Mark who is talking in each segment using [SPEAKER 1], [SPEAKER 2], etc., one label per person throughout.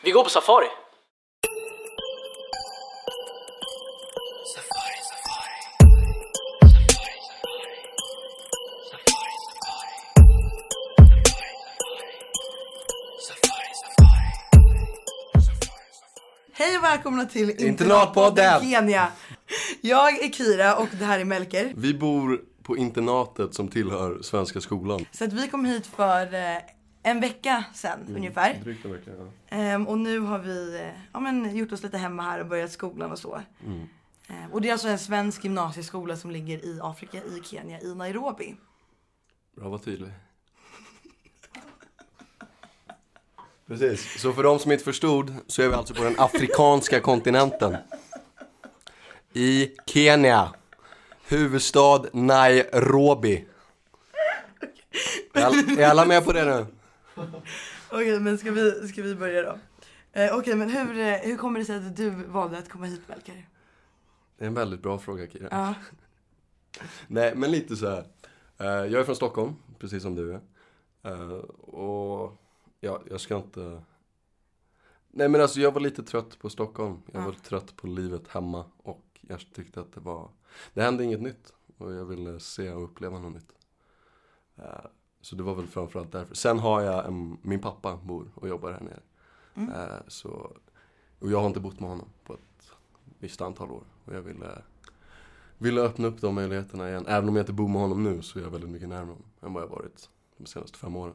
[SPEAKER 1] Vi går på safari.
[SPEAKER 2] Hej och välkomna till
[SPEAKER 3] Internatpodden.
[SPEAKER 2] Kenya. Jag är Kira och det här är Melker.
[SPEAKER 3] Vi bor på internatet som tillhör Svenska skolan.
[SPEAKER 2] Så att vi kom hit för eh, en vecka sedan ungefär.
[SPEAKER 3] Mm, Drygt en vecka, ja.
[SPEAKER 2] Ehm, och nu har vi eh, ja, men, gjort oss lite hemma här och börjat skolan och så.
[SPEAKER 3] Mm.
[SPEAKER 2] Ehm, och det är alltså en svensk gymnasieskola som ligger i Afrika, i Kenya, i Nairobi.
[SPEAKER 3] Bra, var tydlig. Precis. Så för de som inte förstod så är vi alltså på den afrikanska kontinenten. I Kenya. Huvudstad Nairobi. Är all- Är alla med på det nu?
[SPEAKER 2] Okej, men ska vi, ska vi börja då? Ehm, Okej, men hur, eh, hur kommer det sig att du valde att komma hit Melker?
[SPEAKER 3] Det är en väldigt bra fråga, Kira.
[SPEAKER 2] Ja,
[SPEAKER 3] Nej, men lite så här. Eh, Jag är från Stockholm, precis som du är. Eh, Och ja, jag ska inte... Nej men alltså jag var lite trött på Stockholm. Jag var trött på livet hemma. Och jag tyckte att det var... Det hände inget nytt. Och jag ville se och uppleva något nytt. Eh, Så det var väl framförallt därför. Sen har jag en... Min pappa bor och jobbar här nere. Eh, Så... Och jag har inte bott med honom på ett visst antal år. Och jag ville ville öppna upp de möjligheterna igen. Även om jag inte bor med honom nu så är jag väldigt mycket närmare honom än vad jag varit de senaste fem åren.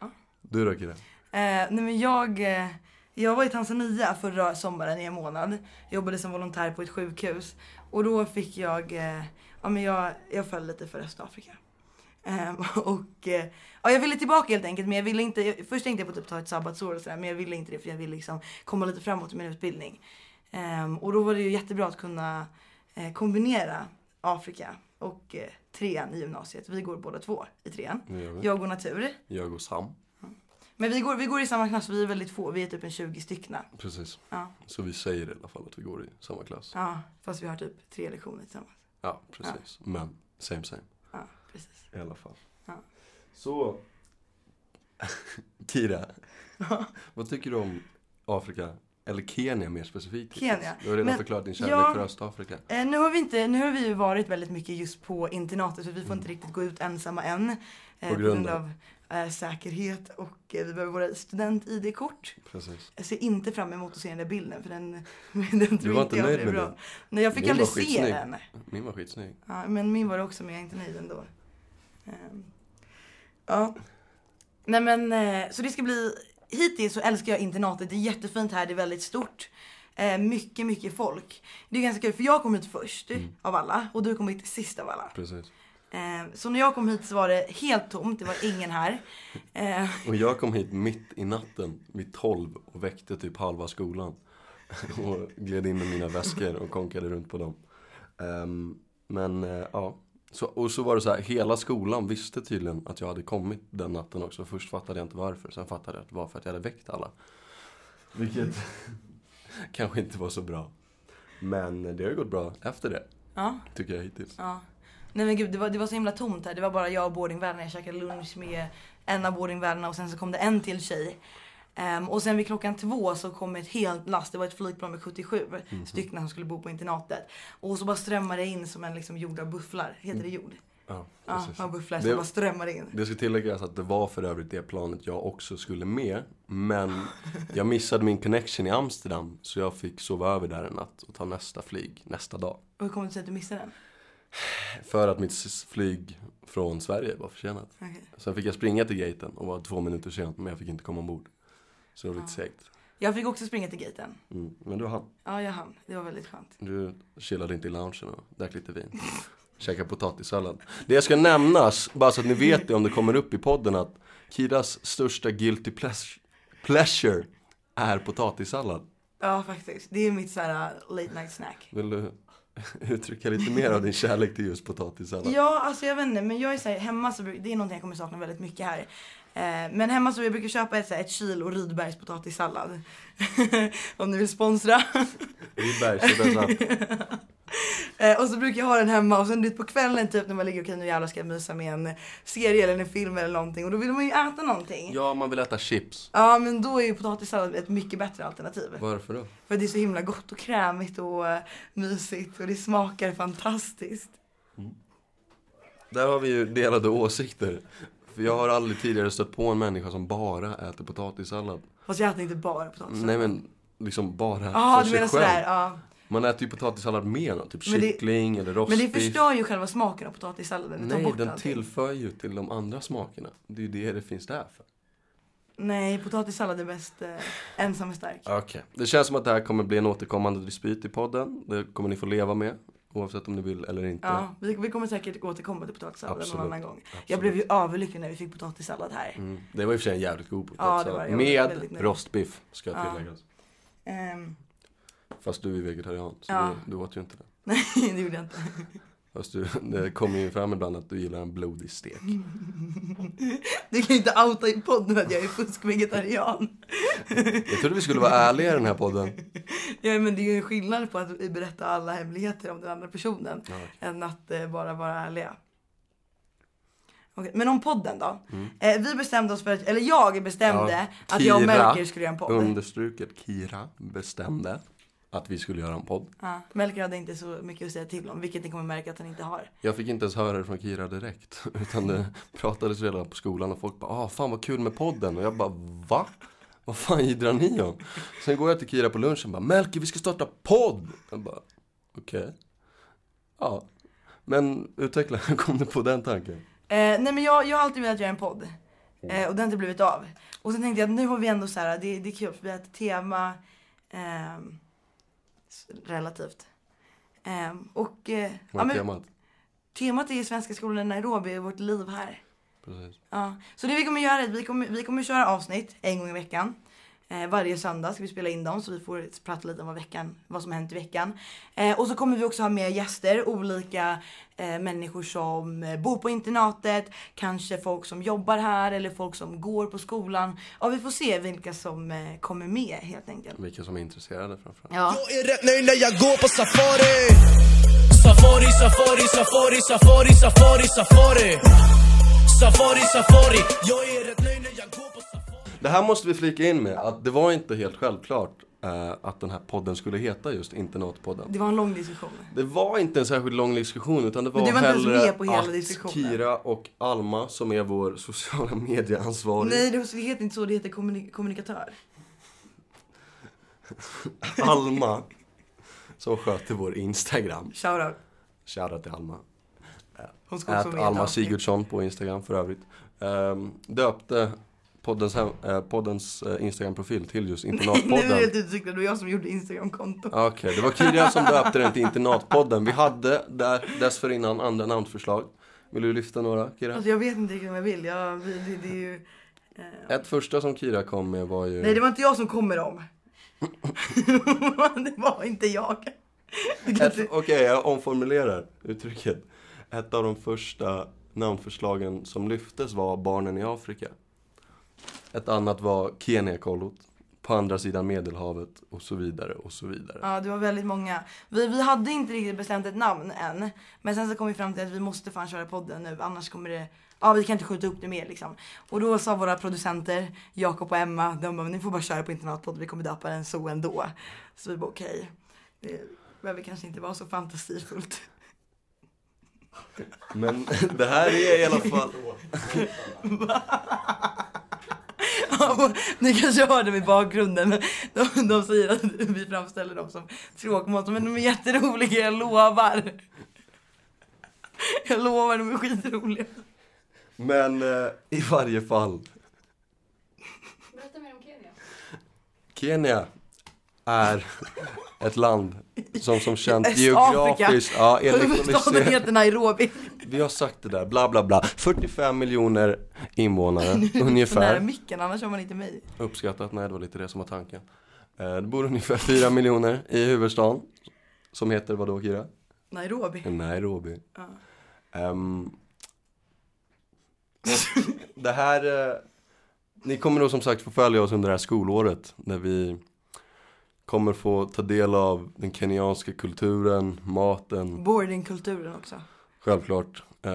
[SPEAKER 2] Ja.
[SPEAKER 3] Du då Kira?
[SPEAKER 2] Eh, nej men jag, eh, jag var i Tanzania förra sommaren i en månad. Jag jobbade som volontär på ett sjukhus. Och då fick jag, eh, ja men jag, jag föll lite för Östafrika. Ehm, och eh, ja, jag ville tillbaka helt enkelt men jag ville inte, jag, först tänkte jag på typ ta ett sabbatsår och sådär men jag ville inte det för jag ville liksom komma lite framåt i min utbildning. Ehm, och då var det ju jättebra att kunna eh, kombinera Afrika och eh, trean i gymnasiet. Vi går båda två i trean.
[SPEAKER 3] Nu gör vi.
[SPEAKER 2] Jag går natur.
[SPEAKER 3] Jag och Sam.
[SPEAKER 2] Men vi går, vi går i samma klass, vi är väldigt få. Vi är typ en 20 styckna.
[SPEAKER 3] Precis.
[SPEAKER 2] Ja.
[SPEAKER 3] Så vi säger i alla fall att vi går i samma klass. Ja,
[SPEAKER 2] ja, fast vi har typ tre lektioner tillsammans.
[SPEAKER 3] precis. Men same same.
[SPEAKER 2] Ja, precis.
[SPEAKER 3] I alla fall.
[SPEAKER 2] Ja.
[SPEAKER 3] Så. Kira. vad tycker du om Afrika? Eller Kenya mer specifikt.
[SPEAKER 2] Kenya.
[SPEAKER 3] Du har redan
[SPEAKER 2] Men-
[SPEAKER 3] förklarat din kärlek
[SPEAKER 2] ja.
[SPEAKER 3] för Östafrika.
[SPEAKER 2] Eh, nu, har vi inte, nu har vi ju varit väldigt mycket just på internatet så vi får inte
[SPEAKER 3] Mm.
[SPEAKER 2] riktigt gå ut ensamma än. eh, på grund
[SPEAKER 3] grund
[SPEAKER 2] av eh, säkerhet och eh, vi behöver våra student-id-kort.
[SPEAKER 3] Precis.
[SPEAKER 2] Jag ser inte fram emot att se den där bilden för den, den tror
[SPEAKER 3] var
[SPEAKER 2] inte
[SPEAKER 3] inte
[SPEAKER 2] jag
[SPEAKER 3] nöjd
[SPEAKER 2] blev
[SPEAKER 3] med
[SPEAKER 2] bra.
[SPEAKER 3] den?
[SPEAKER 2] Nej, jag fick
[SPEAKER 3] Min
[SPEAKER 2] aldrig
[SPEAKER 3] var
[SPEAKER 2] se
[SPEAKER 3] skitsnygg.
[SPEAKER 2] den.
[SPEAKER 3] Min var skitsnygg.
[SPEAKER 2] Ja, men min var det också, men jag är inte nöjd ändå. Ehm, Ja. Nej men, eh, så det ska bli... Hittills så älskar jag internatet. Det är jättefint här, det är väldigt stort. Eh, Mycket, mycket folk. Det är ganska kul, för jag kom hit först av alla och du kom hit sist av alla.
[SPEAKER 3] Precis.
[SPEAKER 2] Ehm, Så när jag kom hit så var det helt tomt, det var ingen här. Ehm,
[SPEAKER 3] Och jag kom hit mitt i natten vid 12 och väckte typ halva skolan. Och gled in med mina väskor och konkade runt på dem. Ehm, men eh, ja. Så, och så var det så här, hela skolan visste tydligen att jag hade kommit den natten också. Först fattade jag inte varför, sen fattade jag att det var för att jag hade väckt alla. Vilket kanske inte var så bra. Men det har ju gått bra efter det,
[SPEAKER 2] Ja,
[SPEAKER 3] tycker jag hittills.
[SPEAKER 2] ja. Nej men gud, det var, det var så himla tomt här. Det var bara jag och boardingvärdarna. Jag käkade lunch med en av boardingvärdarna och sen så kom det en till tjej. Ehm, och sen vid klockan två så kom ett helt last. Det var ett flygplan med 77
[SPEAKER 3] Mhm.
[SPEAKER 2] stycken som skulle bo på internatet. Och så bara strömmade det in som en liksom jord av bufflar. Heter det jord?
[SPEAKER 3] Ja,
[SPEAKER 2] Ja,
[SPEAKER 3] Mm. precis.
[SPEAKER 2] av bufflar som
[SPEAKER 3] Det-
[SPEAKER 2] bara strömmade in.
[SPEAKER 3] Det ska tilläggas att det var för övrigt det planet jag också skulle med. Men jag missade min connection i Amsterdam. Så jag fick sova över där en natt och ta nästa flyg nästa dag.
[SPEAKER 2] Och hur kommer det sig att du missade den?
[SPEAKER 3] För att mitt s- flyg från Sverige var försenat.
[SPEAKER 2] Okej.
[SPEAKER 3] Sen fick jag springa till gaten och var två minuter sen. Men jag fick inte komma ombord. Så det var lite segt.
[SPEAKER 2] Jag fick också springa till gaten.
[SPEAKER 3] Mm. Men du hann.
[SPEAKER 2] Ja, jag hann. Det var väldigt skönt.
[SPEAKER 3] Du chillade inte i loungen och drack lite vin. Käkade potatissallad. Det ska nämnas, bara så att ni vet det om det kommer upp i podden att Kiras största guilty pleas- pleasure är potatissallad.
[SPEAKER 2] Ja, faktiskt. Det är mitt så här äh, late night snack.
[SPEAKER 3] Vill du uttrycka lite mer av din kärlek till just potatissallad?
[SPEAKER 2] Ja, alltså jag vet inte, men jag är så här, hemma så bruk- det är någonting jag kommer sakna väldigt mycket här. Eh, men hemma så jag brukar köpa ett, så här, ett kilo Rydbergs potatissallad. Om ni vill sponsra.
[SPEAKER 3] Rydbergs är bäst att-
[SPEAKER 2] Eh, och så brukar jag ha den hemma och sen du vet, på kvällen typ när man ligger okej nu jävlar ska jag mysa med en serie eller en film eller någonting och då vill man ju äta någonting. Ja,
[SPEAKER 3] Ja, man vill äta chips.
[SPEAKER 2] men då är ju potatissallad ett mycket bättre alternativ.
[SPEAKER 3] Varför då?
[SPEAKER 2] För det är så himla gott och krämigt och eh, mysigt och det smakar fantastiskt.
[SPEAKER 3] Där har vi ju delade åsikter. För jag har aldrig tidigare stött på en människa som bara äter potatissallad.
[SPEAKER 2] Fast jag äter inte bara potatissallad.
[SPEAKER 3] Nej men, liksom bara
[SPEAKER 2] Ja,
[SPEAKER 3] Mm. för
[SPEAKER 2] du
[SPEAKER 3] sig
[SPEAKER 2] menar
[SPEAKER 3] själv.
[SPEAKER 2] sådär. Ja.
[SPEAKER 3] Man äter ju potatissallad med något, typ
[SPEAKER 2] Men det-
[SPEAKER 3] kyckling eller
[SPEAKER 2] Men det
[SPEAKER 3] rostbiff.
[SPEAKER 2] förstör ju själva smaken av potatissalladen. Det tar
[SPEAKER 3] Nej,
[SPEAKER 2] bort
[SPEAKER 3] den
[SPEAKER 2] allting.
[SPEAKER 3] tillför ju till de andra smakerna. Det är ju det det finns där för.
[SPEAKER 2] Nej, potatissallad är bäst eh, ensam är stark.
[SPEAKER 3] Okej. Det känns som att det här kommer bli en återkommande dispyt i podden. Det kommer ni få leva med. Oavsett om ni vill eller inte.
[SPEAKER 2] Ja, vi, vi kommer säkert återkomma till potatissalladen någon
[SPEAKER 3] Absolut.
[SPEAKER 2] annan gång.
[SPEAKER 3] Absolut.
[SPEAKER 2] Jag blev ju överlycklig när vi fick potatissallad här.
[SPEAKER 3] Mm. Det var i och för sig en jävligt god
[SPEAKER 2] Ja, det var
[SPEAKER 3] potatissallad.
[SPEAKER 2] det. Jag var väldigt
[SPEAKER 3] med
[SPEAKER 2] nöjd.
[SPEAKER 3] rostbiff, ska jag
[SPEAKER 2] Ja.
[SPEAKER 3] tillägga.
[SPEAKER 2] Ehm,
[SPEAKER 3] Fast du är vegetarian, så
[SPEAKER 2] Ja.
[SPEAKER 3] du, du åt ju inte det.
[SPEAKER 2] nej, det gjorde jag inte.
[SPEAKER 3] Fast du, det kommer ju fram ibland att du gillar en blodig stek.
[SPEAKER 2] Du kan ju inte outa i podden att jag är fuskvegetarian.
[SPEAKER 3] Jag trodde vi skulle vara ärliga i den här podden.
[SPEAKER 2] Ja, men det är ju en skillnad på att berätta alla hemligheter om den andra personen.
[SPEAKER 3] Ja, okej.
[SPEAKER 2] än att eh, bara vara ärliga. Okej, Men om podden då.
[SPEAKER 3] Mm.
[SPEAKER 2] Eh, vi bestämde oss för att, eller jag bestämde
[SPEAKER 3] Ja,
[SPEAKER 2] att jag och
[SPEAKER 3] Kira.
[SPEAKER 2] Melker skulle göra en podd.
[SPEAKER 3] Understruket Kira bestämde att vi skulle göra en podd.
[SPEAKER 2] Ja, Melker hade inte så mycket att säga till om, vilket ni kommer märka att han inte har.
[SPEAKER 3] Jag fick inte ens höra det från Kira direkt. Utan det pratades redan på skolan och folk bara ah, fan vad kul med podden. Och jag bara va? Vad fan jiddrar ni om? Sen går jag till Kira på lunchen och bara Melker vi ska starta podd. Jag bara okej. Ja. Men utveckla, hur kom du på den tanken?
[SPEAKER 2] Eh, nej men jag, jag har alltid velat göra en podd.
[SPEAKER 3] Mm.
[SPEAKER 2] Eh, och det har inte blivit av. Och sen tänkte jag att nu har vi ändå så här, det, det är kul för vi har ett tema. ehm, s- relativt. Ehm, och eh, ja,
[SPEAKER 3] Vad är
[SPEAKER 2] men,
[SPEAKER 3] temat?
[SPEAKER 2] temat är ju svenska skolan i Nairobi och vårt liv här.
[SPEAKER 3] Precis.
[SPEAKER 2] Ja. Så det vi kommer göra är att vi kommer, vi kommer köra avsnitt en gång i veckan. Eh, varje söndag ska vi spela in dem så vi får prata lite om vad, veckan, vad som hänt i veckan. Eh, och så kommer vi också ha med gäster, olika eh, människor som eh, bor på internatet, kanske folk som jobbar här eller folk som går på skolan. Ja, vi får se vilka som eh, kommer med helt enkelt.
[SPEAKER 3] Vilka som är intresserade framförallt.
[SPEAKER 2] Ja.
[SPEAKER 1] Jag är rätt nöjd när jag går på safari Safari, safari, safari, safari, safari, safari Safari, safari Jag är rätt nöjd när jag går på safari
[SPEAKER 3] Det här måste vi flika in med att det var inte helt självklart eh, att den här podden skulle heta just Internatpodden.
[SPEAKER 2] Det var en lång diskussion.
[SPEAKER 3] Det var inte en särskilt lång diskussion utan det var,
[SPEAKER 2] Men du var inte ens
[SPEAKER 3] hellre
[SPEAKER 2] med på hela
[SPEAKER 3] att
[SPEAKER 2] diskussionen.
[SPEAKER 3] Kira och Alma som är vår sociala medieansvarig
[SPEAKER 2] Nej, det det heter inte så, det heter kommunik- kommunikatör.
[SPEAKER 3] Alma som sköter vår Instagram.
[SPEAKER 2] Shoutout.
[SPEAKER 3] Shoutout till Alma.
[SPEAKER 2] Hon ska också vara
[SPEAKER 3] Ät
[SPEAKER 2] med i ett
[SPEAKER 3] Alma
[SPEAKER 2] avsnitt.
[SPEAKER 3] Sigurdsson på Instagram för övrigt. Ehm, döpte poddens, hem, eh, poddens eh, Instagram-profil till just
[SPEAKER 2] Nu är det
[SPEAKER 3] Internatpodden.
[SPEAKER 2] helt utcyklad, det var jag som gjorde Instagramkonto.
[SPEAKER 3] Okej, det var Kira som döpte den till Internatpodden. Vi hade där, dessförinnan andra namnförslag. Vill du lyfta några, Kira?
[SPEAKER 2] Alltså jag vet inte riktigt vad jag vill. Jag, det, det, det är ju... eh,
[SPEAKER 3] Ett första som Kira kom med var ju...
[SPEAKER 2] Nej det var inte jag som kom med dem. det var inte jag. Det kan
[SPEAKER 3] Ett-
[SPEAKER 2] inte-
[SPEAKER 3] Okej, jag omformulerar uttrycket. Ett av de första namnförslagen som lyftes var Barnen i Afrika. Ett annat var Keniakollot, På andra sidan Medelhavet och så vidare och så vidare.
[SPEAKER 2] Ja det var väldigt många. Vi, vi hade inte riktigt bestämt ett namn än. Men sen så kom vi fram till att vi måste fan köra podden nu annars kommer det Ja vi kan inte skjuta upp det mer liksom. Och då sa våra producenter, Jakob och Emma, de bara ni får bara köra på internatpodd, vi kommer döpa den så ändå. Så vi bara okej. Det behöver kanske inte vara så fantasifullt.
[SPEAKER 3] Men det här är i alla fall...
[SPEAKER 2] Ja, och Ni kanske hör dem i bakgrunden. men De, de säger att vi framställer dem som tråkmånsar men de är jätteroliga, jag lovar. Jag lovar, de är skitroliga.
[SPEAKER 3] Men eh, i varje fall.
[SPEAKER 4] Berätta mer om Kenya.
[SPEAKER 3] Kenya är ett land som som känt
[SPEAKER 2] Östafrika.
[SPEAKER 3] geografiskt... Ja, enligt
[SPEAKER 2] Staden
[SPEAKER 3] OECD.
[SPEAKER 2] heter Nairobi.
[SPEAKER 3] Vi har sagt det där, bla bla bla. 45 miljoner invånare,
[SPEAKER 2] Så nära
[SPEAKER 3] ungefär.
[SPEAKER 2] micken, annars hör man inte mig.
[SPEAKER 3] Uppskattat, nej det var lite det som var tanken. Eh, Det bor ungefär 4 miljoner i huvudstaden. Som heter vadå Kira?
[SPEAKER 2] Nairobi.
[SPEAKER 3] Mm. Nairobi.
[SPEAKER 2] Ja.
[SPEAKER 3] Ehm, det här... eh, Ni kommer då som sagt få följa oss under det här skolåret. När vi Kommer få ta del av den kenyanska kulturen, maten,
[SPEAKER 2] Boardingkulturen också.
[SPEAKER 3] självklart eh,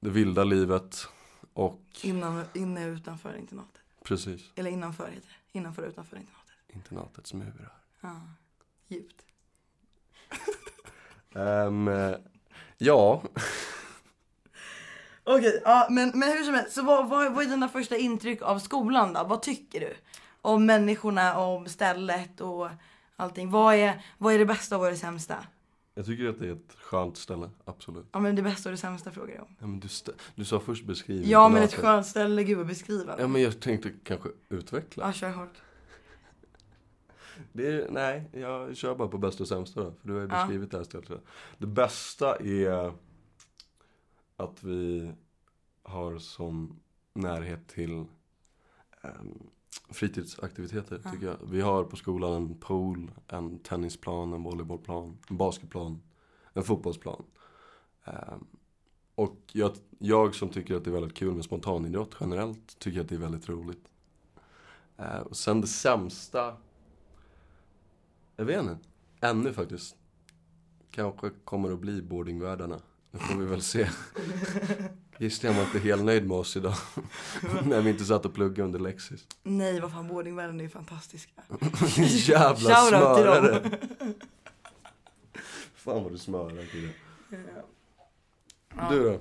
[SPEAKER 3] det vilda livet och
[SPEAKER 2] Innan, inne och utanför internatet.
[SPEAKER 3] precis
[SPEAKER 2] Eller innanför heter det. Innanför och utanför internatet.
[SPEAKER 3] internatets murar.
[SPEAKER 2] Ja. Djupt.
[SPEAKER 3] Ehm, eh, ja,
[SPEAKER 2] Okej, ja, men, men hur som helst. Så vad, vad, vad är dina första intryck av skolan då? Vad tycker du? Om människorna, om stället och allting. Vad är, vad är det bästa och vad är det sämsta?
[SPEAKER 3] jag tycker att det är ett skönt ställe, absolut.
[SPEAKER 2] Ja men det bästa och det sämsta frågar jag om.
[SPEAKER 3] Ja, men du, st- du sa först beskriv.
[SPEAKER 2] Ja men ett
[SPEAKER 3] internatet.
[SPEAKER 2] skönt ställe, gud vad beskrivande.
[SPEAKER 3] Ja, men jag tänkte kanske utveckla.
[SPEAKER 2] Ja, kör hårt.
[SPEAKER 3] Det är, nej, jag kör bara på bästa och sämsta då. För du har ju
[SPEAKER 2] Ja.
[SPEAKER 3] beskrivit det här stället. redan. Det bästa är att vi har som närhet till ehm, fritidsaktiviteter
[SPEAKER 2] Ja.
[SPEAKER 3] tycker jag. Vi har på skolan en pool, en tennisplan, en volleybollplan, en basketplan, en fotbollsplan. Ehm, och jag, jag som tycker att det är väldigt kul med spontanidrott generellt tycker att det är väldigt roligt. Eh, och sen det sämsta jag vet inte. Ännu faktiskt. Kanske kommer att bli boardingvärdarna. Det får vi väl se. Christian var inte helt nöjd med oss idag. När vi inte satt och pluggade under Lexis.
[SPEAKER 2] Nej vad fan, boardingvärlden är ju fantastiska.
[SPEAKER 3] Jävla
[SPEAKER 2] Shoutout till dem.
[SPEAKER 3] smörare. Fan vad du smörar killen.
[SPEAKER 2] Ja.
[SPEAKER 3] Du då?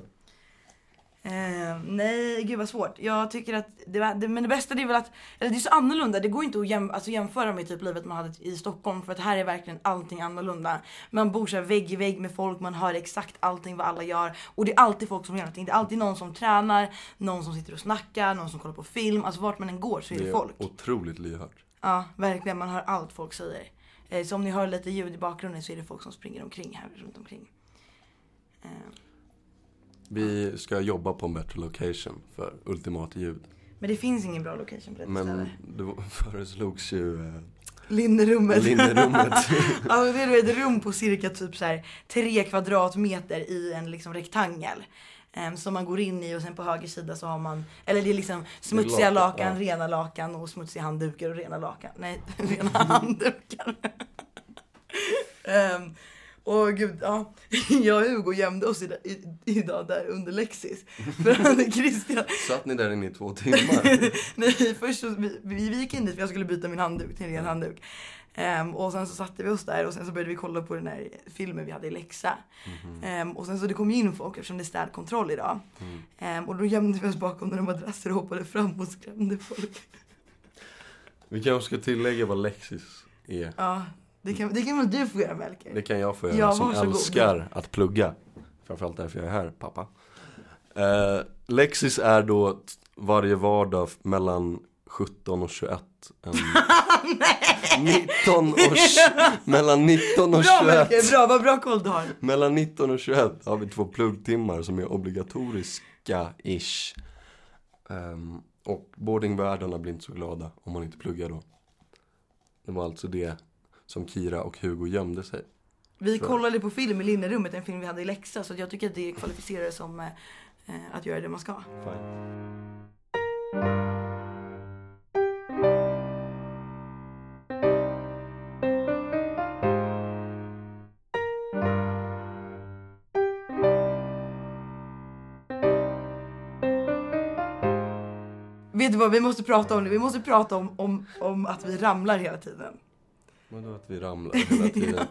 [SPEAKER 2] Eh, nej, gud vad svårt. Jag tycker att, det, var- det, men det bästa det är väl att, eller det är så annorlunda. Det går inte att jäm, alltså jämföra med typ livet man hade i Stockholm för att här är verkligen allting annorlunda. Man bor så här vägg i vägg med folk, man hör exakt allting vad alla gör. Och det är alltid folk som gör någonting. Det är alltid någon som tränar, någon som sitter och snackar, någon som kollar på film. Alltså vart man än går så är det, folk.
[SPEAKER 3] otroligt lyhört.
[SPEAKER 2] Ja, verkligen. Man hör allt folk säger. Eh, så om ni hör lite ljud i bakgrunden så är det folk som springer omkring här runt omkring. Eh,
[SPEAKER 3] Vi ska jobba på en bättre location för ultimat ljud.
[SPEAKER 2] men det finns ingen bra location på detta
[SPEAKER 3] Men
[SPEAKER 2] stället.
[SPEAKER 3] det var- föreslogs ju eh,
[SPEAKER 2] Linnerummet.
[SPEAKER 3] linnerummet.
[SPEAKER 2] Alltså det är ett rum på cirka typ så här tre kvadratmeter i en liksom rektangel. Ehm, som man går in i och sen på höger sida så har man, eller det är liksom smutsiga
[SPEAKER 3] lakan,
[SPEAKER 2] lakan,
[SPEAKER 3] ja.
[SPEAKER 2] rena lakan och smutsiga handdukar och rena lakan. Nej, rena handdukar. Ehm, och gud, ja. Jag och Hugo gömde oss i, i, idag där under Lexis. För att Christian,
[SPEAKER 3] Satt ni där inne i två timmar?
[SPEAKER 2] Nej, först så, vi, vi vi gick in dit för jag skulle byta min handduk till en ren handduk. Ehm, och sen så satte vi oss där och sen så började vi kolla på den här filmen vi hade i läxa. Ehm, och sen så det kom ju in folk eftersom det är städkontroll idag. Ehm, och då gömde vi oss bakom några madrasser och hoppade fram och skrämde folk.
[SPEAKER 3] Vi kanske ska tillägga vad Lexis är.
[SPEAKER 2] Ja, det kan, det kan väl du få göra Melker?
[SPEAKER 3] Det kan jag få göra
[SPEAKER 2] Ja,
[SPEAKER 3] som
[SPEAKER 2] varsågod.
[SPEAKER 3] älskar att plugga. Framförallt därför jag är här, pappa. Eh, Lexis är då t- varje vardag f- mellan 17 och 21. En... 19 och... tj- Mellan 19 och
[SPEAKER 2] Bra
[SPEAKER 3] 21.
[SPEAKER 2] Melker, bra, vad bra koll du har.
[SPEAKER 3] Mellan 19 och 21 har vi två pluggtimmar som är obligatoriska-ish. Ehm, och boardingvärdarna blir inte så glada om man inte pluggar då. Det var alltså det som Kira och Hugo gömde sig.
[SPEAKER 2] Vi
[SPEAKER 3] För-
[SPEAKER 2] kollade på film i linnerummet, en film vi hade i läxa. Så att jag tycker att det kvalificerar som eh, eh, att göra det man ska.
[SPEAKER 3] Fine.
[SPEAKER 2] Vet du vad, vi måste prata om det. Vi måste prata om, om, om att vi ramlar hela tiden.
[SPEAKER 3] Men då att vi ramlar hela tiden.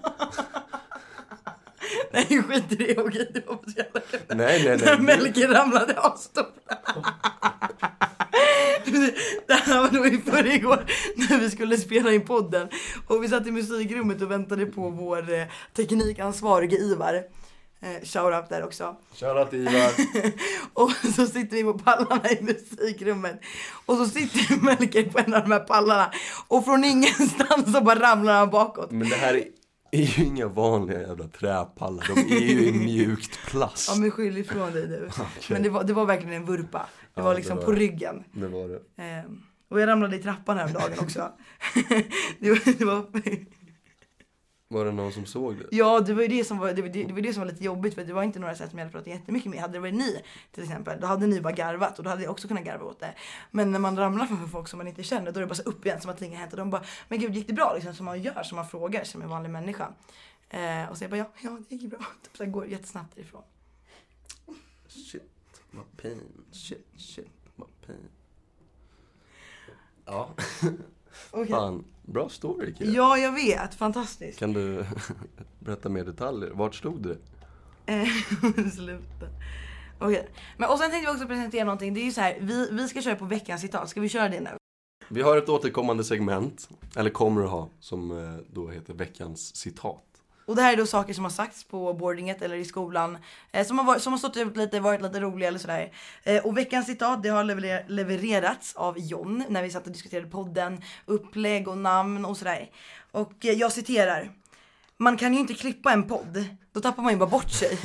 [SPEAKER 2] Nej skit i det, okej det var på så jävla kul.
[SPEAKER 3] nej, nej,
[SPEAKER 2] När
[SPEAKER 3] nej.
[SPEAKER 2] Melker ramlade av stolen. Det här var nog i förrgår när vi skulle spela in podden. Och vi satt i musikrummet och väntade på vår eh, teknikansvarige Ivar. Eh, Shoutout där också.
[SPEAKER 3] Shoutout till Ivar.
[SPEAKER 2] Och så sitter vi på pallarna i musikrummet. Och så sitter Melker på en av de här pallarna. Och från ingenstans så bara ramlar han bakåt.
[SPEAKER 3] Men det här är, är ju inga vanliga jävla träpallar. De är ju i mjukt plast.
[SPEAKER 2] Ja men skyll ifrån dig nu. Men det var, det var verkligen en vurpa. Det
[SPEAKER 3] Ja,
[SPEAKER 2] var
[SPEAKER 3] det
[SPEAKER 2] liksom
[SPEAKER 3] var
[SPEAKER 2] på
[SPEAKER 3] det.
[SPEAKER 2] ryggen.
[SPEAKER 3] Det var det.
[SPEAKER 2] Ehm, och jag ramlade i trappan häromdagen också. det var... Det var
[SPEAKER 3] Var det någon som såg det?
[SPEAKER 2] Ja, det var ju det som var, det var, det, det var, det som var lite jobbigt för det var inte några så här som jag hade pratat jättemycket med. Hade det varit ni till exempel, då hade ni bara garvat och då hade jag också kunnat garva åt det. Men när man ramlar framför folk som man inte känner, då är det bara så upp igen som att inget hänt. Och de bara, men gud gick det bra? Liksom, som man gör, som man frågar som en vanlig människa. Eh, och så jag bara, ja, ja det gick bra. Typ så här, går jättesnabbt ifrån.
[SPEAKER 3] Shit, vad pain.
[SPEAKER 2] Shit, shit.
[SPEAKER 3] Vad pain. Ja,
[SPEAKER 2] Okej.
[SPEAKER 3] fan. Bra story kille.
[SPEAKER 2] Ja, jag vet. Fantastiskt.
[SPEAKER 3] Kan du berätta mer detaljer? Vart stod det?
[SPEAKER 2] Eh, Sluta. Okej. Men Och sen tänkte vi också presentera någonting. Det är ju så här, vi, vi ska köra på veckans citat. Ska vi köra det nu?
[SPEAKER 3] Vi har ett återkommande segment, eller kommer att ha, som eh, då heter veckans citat.
[SPEAKER 2] Och det här är då saker som har sagts på boardinget eller i skolan eh, som, har varit, som har stått ut lite, varit lite roliga eller sådär. Eh, och veckans citat det har leverer- levererats av John när vi satt och diskuterade podden, upplägg och namn och sådär. Och eh, jag citerar. Man kan ju inte klippa en podd, då tappar man ju bara bort sig.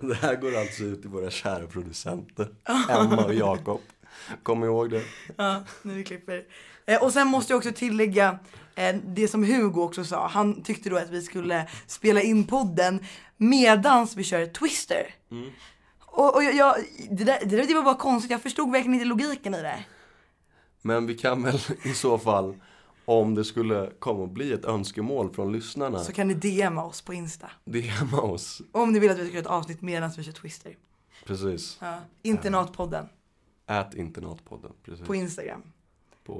[SPEAKER 3] Det här går alltså ut till våra kära producenter, Emma och Jakob. Kom ihåg det.
[SPEAKER 2] Ja, när vi klipper. Eh, och sen måste jag också tillägga eh, det som Hugo också sa. Han tyckte då att vi skulle spela in podden medans vi kör Twister. Och, och jag, jag, det, där, det där var bara konstigt, jag förstod verkligen inte logiken i det.
[SPEAKER 3] Men vi kan väl i så fall, om det skulle komma att bli ett önskemål från lyssnarna,
[SPEAKER 2] Så kan ni DMa oss på Insta.
[SPEAKER 3] DMa oss.
[SPEAKER 2] Om ni vill att vi ska göra ett avsnitt medans vi kör Twister.
[SPEAKER 3] Precis.
[SPEAKER 2] Ja. Internatpodden
[SPEAKER 3] Ät internatpodden. Precis.
[SPEAKER 2] på
[SPEAKER 3] På,
[SPEAKER 2] Instagram.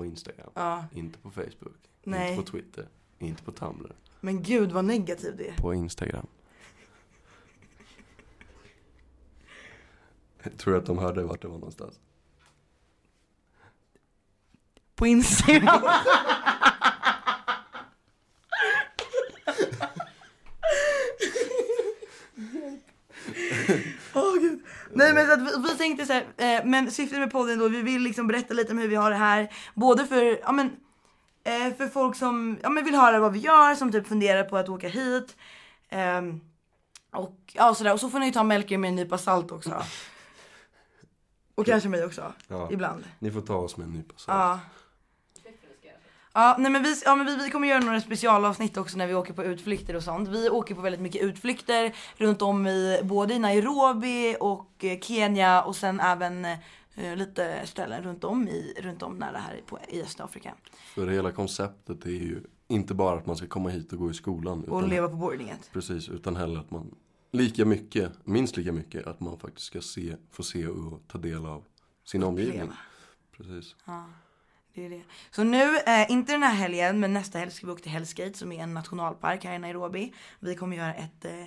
[SPEAKER 3] Instagram.
[SPEAKER 2] Ja.
[SPEAKER 3] Inte på Facebook.
[SPEAKER 2] Nej.
[SPEAKER 3] Inte på Twitter. Inte på Tumblr.
[SPEAKER 2] Men gud vad negativ det är.
[SPEAKER 3] På Instagram. Tror du att de hörde vart det var någonstans?
[SPEAKER 2] På Instagram. Åh gud. Nej men så att vi, vi tänkte så här, eh, men syftet med podden då, vi vill liksom berätta lite om hur vi har det här. Både för, ja men, eh, för folk som ja, men vill höra vad vi gör, som typ funderar på att åka hit. Ehm, och ja sådär, och så får ni ta Melker med en nypa salt också. Och kanske mig också,
[SPEAKER 3] Ja.
[SPEAKER 2] ibland.
[SPEAKER 3] Ni får ta oss med en nypa salt.
[SPEAKER 2] Ja. Ja, nej men vi, ja, men vi, vi kommer göra några specialavsnitt också när vi åker på utflykter och sånt. Vi åker på väldigt mycket utflykter runt om i både i Nairobi och eh, Kenya och sen även eh, lite ställen runt om, i, runt om nära här på, i Östafrika.
[SPEAKER 3] För hela konceptet är ju inte bara att man ska komma hit och gå i skolan.
[SPEAKER 2] Och
[SPEAKER 3] utan,
[SPEAKER 2] leva på boardinget.
[SPEAKER 3] Precis, utan heller att man lika mycket, minst lika mycket, att man faktiskt ska se, få se och ta del av sin omgivning.
[SPEAKER 2] Uppleva.
[SPEAKER 3] Precis.
[SPEAKER 2] Det är det. Så nu, eh, inte den här helgen, men nästa helg ska vi åka till Hell's Gate som är en nationalpark här i Nairobi. Vi kommer göra ett eh,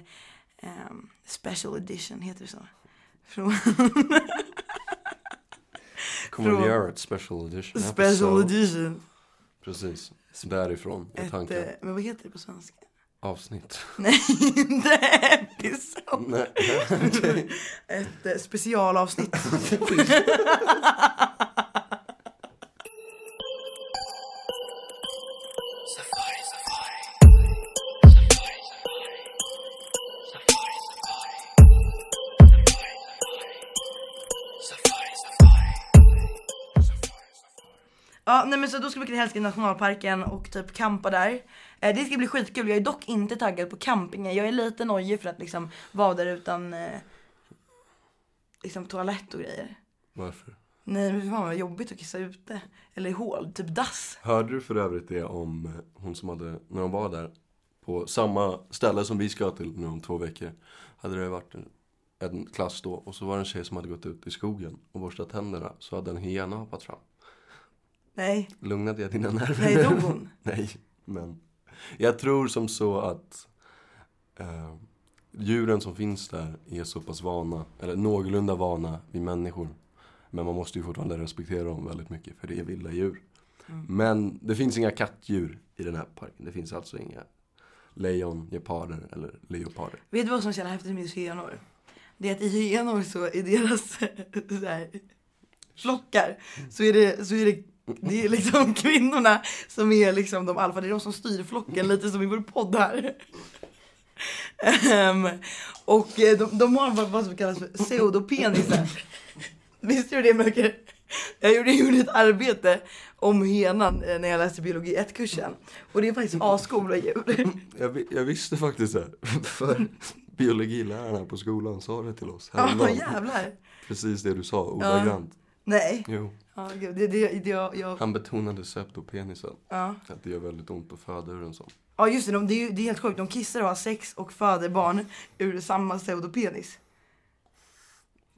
[SPEAKER 2] ehm, special edition, heter det så? Från
[SPEAKER 3] Kommer
[SPEAKER 2] Från-
[SPEAKER 3] vi göra ett special edition?
[SPEAKER 2] special
[SPEAKER 3] episode?
[SPEAKER 2] edition.
[SPEAKER 3] Precis, därifrån är
[SPEAKER 2] Ett, eh,
[SPEAKER 3] tanken.
[SPEAKER 2] men vad heter det på svenska?
[SPEAKER 3] Avsnitt.
[SPEAKER 2] Nej, inte episod.
[SPEAKER 3] Nej, okej.
[SPEAKER 2] Ett eh, specialavsnitt. Ja, nej men så då ska vi åka till Hälsingland nationalparken och typ campa där. Eh, det ska bli skitkul. Jag är dock inte taggad på campingen. Jag är lite nojig för att liksom vara där utan eh, liksom toalett och grejer.
[SPEAKER 3] Varför?
[SPEAKER 2] Nej men fan vad jobbigt att kissa ute. Eller i hål, typ dass.
[SPEAKER 3] Hörde du för övrigt det om eh, hon som hade, när hon var där, på samma ställe som vi ska till nu om två veckor, hade det varit en, en klass då och så var det en tjej som hade gått ut i skogen och borstat tänderna så hade en hyena hoppat fram.
[SPEAKER 2] Nej,
[SPEAKER 3] Lugnade jag dina nerver?
[SPEAKER 2] nej
[SPEAKER 3] nu?
[SPEAKER 2] dog hon.
[SPEAKER 3] Nej, men jag tror som så att eh, djuren som finns där är så pass vana, eller någorlunda vana vid människor. Men man måste ju fortfarande respektera dem väldigt mycket för det är vilda djur.
[SPEAKER 2] Mm.
[SPEAKER 3] Men det finns inga kattdjur i den här parken. Det finns alltså inga lejon, geparder eller leoparder.
[SPEAKER 2] Vet du vad som är så jävla häftigt med just hyenor? Det är att i hyenor så i deras så här, flockar så är det, så är det det är liksom kvinnorna som är liksom de alfa, det är de som styr flocken lite som i vår podd här. Ehm, och eh, de, de har vad, vad som kallas för pseudopenisar. Visste du det Melker? Jag gjorde, jag gjorde ett arbete om henan eh, när jag läste biologi 1-kursen. Och det är faktiskt ascoola djur.
[SPEAKER 3] Jag, vi- jag visste faktiskt det. här, För biologilärarna på skolan sa det till oss
[SPEAKER 2] Ja
[SPEAKER 3] häromdagen.
[SPEAKER 2] jävlar.
[SPEAKER 3] Precis det du sa, ordagrant.
[SPEAKER 2] Nej.
[SPEAKER 3] Jo.
[SPEAKER 2] Ja gud, det, det, det, jag, jag,
[SPEAKER 3] Han betonade septopenisen.
[SPEAKER 2] ja.
[SPEAKER 3] Att det gör väldigt ont att föda ur en sån.
[SPEAKER 2] ja just det, de, det, är ju, det är helt sjukt. De kissar och har sex och föder barn ur samma pseudopenis.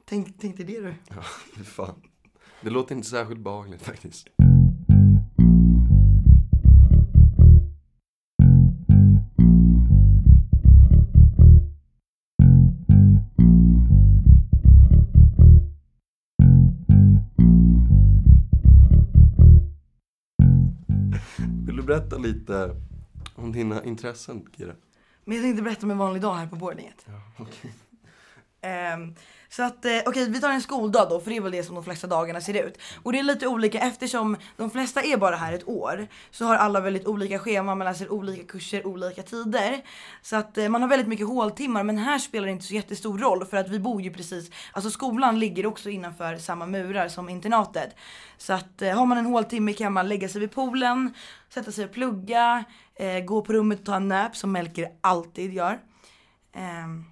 [SPEAKER 2] Tänk, tänk dig det du.
[SPEAKER 3] Ja, fy fan. Det låter inte särskilt behagligt faktiskt. Vill du berätta lite om dina intressen, Kira?
[SPEAKER 2] Men jag tänkte berätta om en vanlig dag här på boardinget.
[SPEAKER 3] Ja, okej.
[SPEAKER 2] Ehm, så att, eh, okej vi tar en skoldag då för det är väl det som de flesta dagarna ser ut. Och det är lite olika eftersom de flesta är bara här ett år. Så har alla väldigt olika scheman, man läser olika kurser, olika tider. Så att eh, man har väldigt mycket håltimmar men här spelar det inte så jättestor roll för att vi bor ju precis, alltså skolan ligger också innanför samma murar som internatet. Så att eh, har man en håltimme kan man lägga sig vid poolen, sätta sig och plugga, eh, gå på rummet och ta en nap som Melker alltid gör. Ehm,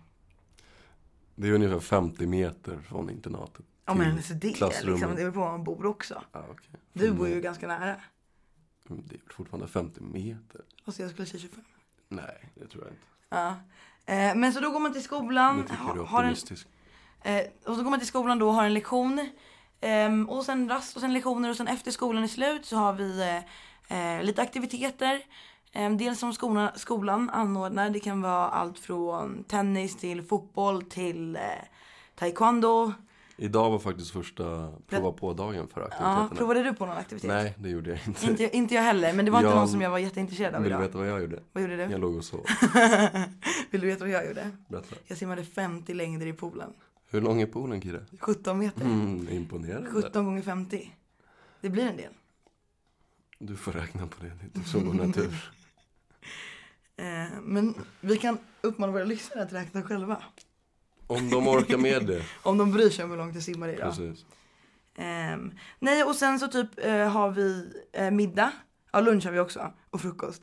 [SPEAKER 3] Det är ungefär 50 meter från internatet.
[SPEAKER 2] Ja
[SPEAKER 3] till
[SPEAKER 2] men så det
[SPEAKER 3] klassrummet.
[SPEAKER 2] liksom, det beror på var man bor också.
[SPEAKER 3] Ja, okej.
[SPEAKER 2] Du bor ju
[SPEAKER 3] Mm.
[SPEAKER 2] ganska nära.
[SPEAKER 3] Men Det är väl fortfarande 50 meter?
[SPEAKER 2] Alltså jag skulle säga 25.
[SPEAKER 3] Nej, det tror jag inte.
[SPEAKER 2] Ja. Eh, men så då går man till
[SPEAKER 3] Nu
[SPEAKER 2] skolan,
[SPEAKER 3] tycker jag du
[SPEAKER 2] ha,
[SPEAKER 3] är
[SPEAKER 2] har en,
[SPEAKER 3] optimistisk.
[SPEAKER 2] eh, och så går man till skolan då och har en lektion. Ehm, och sen rast och sen lektioner och sen efter skolan är slut så har vi eh, eh, lite aktiviteter. Ehm, dels som skolan, skolan anordnar, det kan vara allt från tennis till fotboll till eh, taekwondo.
[SPEAKER 3] Idag var faktiskt första prova på-dagen för
[SPEAKER 2] Ja,
[SPEAKER 3] aktiviteterna.
[SPEAKER 2] provade du på någon aktivitet?
[SPEAKER 3] Nej, det gjorde jag inte.
[SPEAKER 2] Inte, inte jag heller, men det var inte
[SPEAKER 3] Jag-
[SPEAKER 2] någon som jag var jätteintresserad av
[SPEAKER 3] Vill du
[SPEAKER 2] idag.
[SPEAKER 3] veta vad jag gjorde?
[SPEAKER 2] Vad gjorde du?
[SPEAKER 3] Jag låg och sov.
[SPEAKER 2] Vill du veta vad jag gjorde?
[SPEAKER 3] Berätta.
[SPEAKER 2] Jag simmade 50 längder i poolen.
[SPEAKER 3] Hur lång är poolen, Kira?
[SPEAKER 2] 17 meter.
[SPEAKER 3] Mm, imponerande.
[SPEAKER 2] 17 gånger 50. Det blir en del.
[SPEAKER 3] Du får räkna på det. Det är inte som vår natur.
[SPEAKER 2] Eh, men vi kan uppmana våra lyssnare att räkna själva.
[SPEAKER 3] Om de orkar med det.
[SPEAKER 2] Om de bryr sig om hur långt jag simmade idag.
[SPEAKER 3] Precis.
[SPEAKER 2] Ehm, nej och sen så typ eh, har vi eh, middag. Ja lunch har vi också. Och frukost.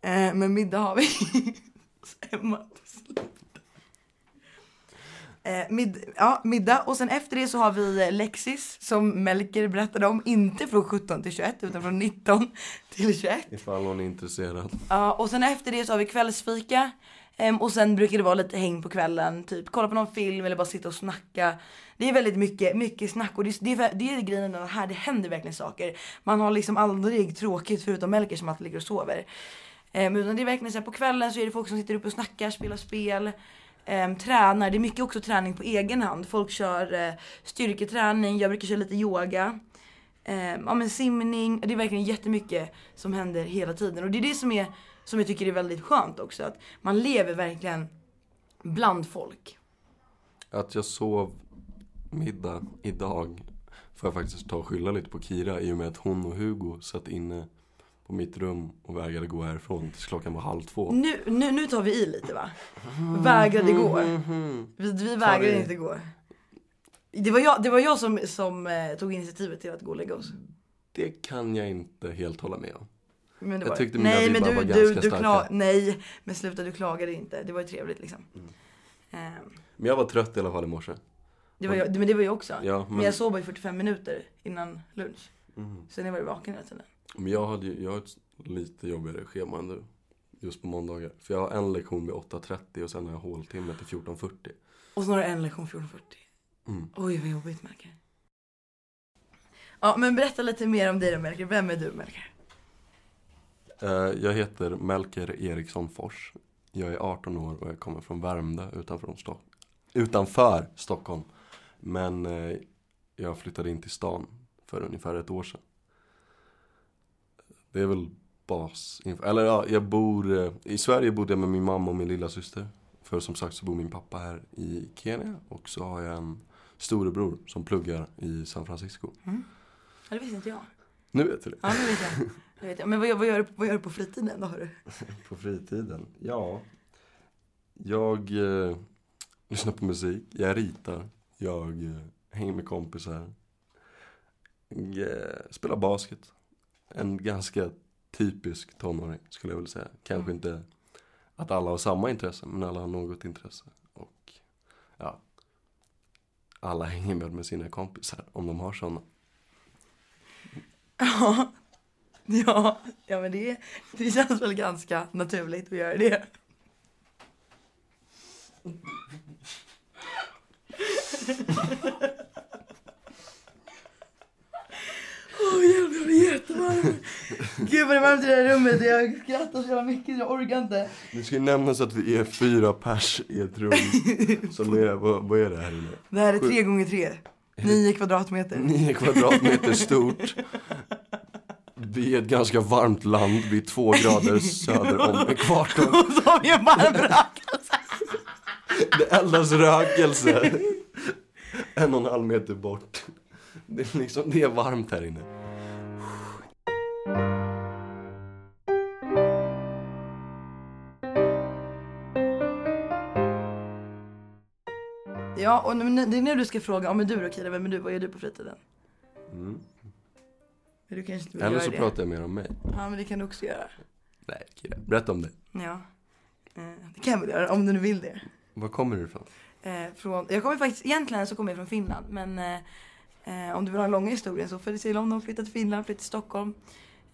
[SPEAKER 2] Eh, men middag har vi. Så hemma till slut. Eh, mid, ja, middag och sen efter det så har vi eh, Lexis som Melker berättade om. Inte från 17 till 21 utan från 19 till 21.
[SPEAKER 3] Ifall någon är intresserad.
[SPEAKER 2] Ja, och sen efter det så har vi kvällsfika. Ehm, och sen brukar det vara lite häng på kvällen, typ kolla på någon film eller bara sitta och snacka. Det är väldigt mycket, mycket snack och det, är- det, är, det är grejen med det här, det händer verkligen saker. Man har liksom aldrig tråkigt förutom Melker som alltid ligger och sover. Ehm, utan det är verkligen så här, på kvällen så är det folk som sitter uppe och snackar, spelar spel, ehm, tränar. Det är mycket också träning på egen hand. Folk kör eh, styrketräning, jag brukar köra lite yoga. Eh, ja men simning, det är verkligen jättemycket som händer hela tiden. Och det är det som, är, som jag tycker är väldigt skönt också. Att man lever verkligen bland folk.
[SPEAKER 3] Att jag sov middag idag får jag faktiskt ta och skylla lite på Kira i och med att hon och Hugo satt inne på mitt rum och vägrade gå härifrån tills klockan var halv två.
[SPEAKER 2] Nu, nu, nu tar vi i lite va? Vägrade gå.
[SPEAKER 3] Mhm.
[SPEAKER 2] Vi, vi
[SPEAKER 3] i.
[SPEAKER 2] vägrade inte gå. Det var jag, det var jag som, som eh, tog initiativet till att gå och lägga oss.
[SPEAKER 3] Det kan jag inte helt hålla med om.
[SPEAKER 2] Men det
[SPEAKER 3] Jag
[SPEAKER 2] var,
[SPEAKER 3] tyckte mina
[SPEAKER 2] nej, men
[SPEAKER 3] vibbar
[SPEAKER 2] du,
[SPEAKER 3] var
[SPEAKER 2] du,
[SPEAKER 3] ganska
[SPEAKER 2] du kla,
[SPEAKER 3] starka.
[SPEAKER 2] Nej men sluta du klagade inte. Det var ju trevligt liksom.
[SPEAKER 3] Mm.
[SPEAKER 2] Ehm,
[SPEAKER 3] Men jag var trött i alla fall i morse.
[SPEAKER 2] det var jag, men det var jag också.
[SPEAKER 3] Ja,
[SPEAKER 2] men...
[SPEAKER 3] men-
[SPEAKER 2] jag sov bara i 45 minuter innan lunch.
[SPEAKER 3] Mm.
[SPEAKER 2] Sen var jag vaken hela tiden.
[SPEAKER 3] Men jag, hade, ju- jag har ett lite jobbigare schema än du. Just på måndagar. För jag har en lektion vid 8.30 och sen har jag håltimme till 14.40.
[SPEAKER 2] Och så har du en lektion 14.40.
[SPEAKER 3] Mm.
[SPEAKER 2] Oj vad jobbigt Melker. Ja men berätta lite mer om dig då Melker. Vem är du Melker?
[SPEAKER 3] Eh, Jag heter Melker Eriksson Fors. Jag är 18 år och jag kommer från Värmdö utanför, Stock- utanför Stockholm. Men eh, jag flyttade in till stan för ungefär ett år sedan. Det är väl bas. Eller ja, jag bor... eh, I Sverige bodde jag med min mamma och min lilla syster. För som sagt så bor min pappa här i Kenya. Och så har jag en storebror som pluggar i San Francisco.
[SPEAKER 2] Ja det visste inte jag.
[SPEAKER 3] Nu vet du det.
[SPEAKER 2] Ja nu vet jag. Nu vet jag. Men vad, gör- vad, gör, du- vad gör du på fritiden då har du?
[SPEAKER 3] På fritiden? Ja. Jag eh, lyssnar på musik, jag ritar, jag eh, hänger med kompisar. eh, spelar basket. En ganska typisk tonåring skulle jag vilja säga. Kanske
[SPEAKER 2] Mm.
[SPEAKER 3] inte att alla har samma intresse, men alla har något intresse. Och ja, alla hänger med med sina kompisar om de har sådana.
[SPEAKER 2] Ja. Ja, ja men det, det känns väl ganska naturligt att göra det. Åh oh, jävlar jag blir jättevarm. Gud vad det är varmt i det här rummet. Jag skrattar så jävla mycket jag orkar inte.
[SPEAKER 3] Det ska ju nämnas att vi är fyra pers i ett rum. Som är, vad, vad är det här inne?
[SPEAKER 2] Det här är tre gånger tre. Nio kvadratmeter.
[SPEAKER 3] Nio kvadratmeter stort. Vi är ett ganska varmt land. Vi är två grader söder om ekvatorn.
[SPEAKER 2] Och så har vi en varm rökelse.
[SPEAKER 3] Det eldas rökelse. En och en halv meter bort. Det är, liksom, det är varmt här inne.
[SPEAKER 2] Ja och nu, det är nu du ska fråga. Ja men du då Kira, vem är du? Vad gör du på fritiden?
[SPEAKER 3] Mm.
[SPEAKER 2] Men du kanske inte vill
[SPEAKER 3] Eller
[SPEAKER 2] göra
[SPEAKER 3] så
[SPEAKER 2] det.
[SPEAKER 3] pratar jag mer om mig.
[SPEAKER 2] Ja men det kan du också göra.
[SPEAKER 3] Nej, Kira. Berätta om dig.
[SPEAKER 2] Ja. Eh, Det kan jag väl göra om du nu vill det.
[SPEAKER 3] Var kommer du ifrån?
[SPEAKER 2] Eh, Från, jag kommer faktiskt, egentligen så kommer jag från Finland men eh, eh, om du vill ha en lång historia så föddes jag i London, flyttade till Finland, flyttade till Stockholm.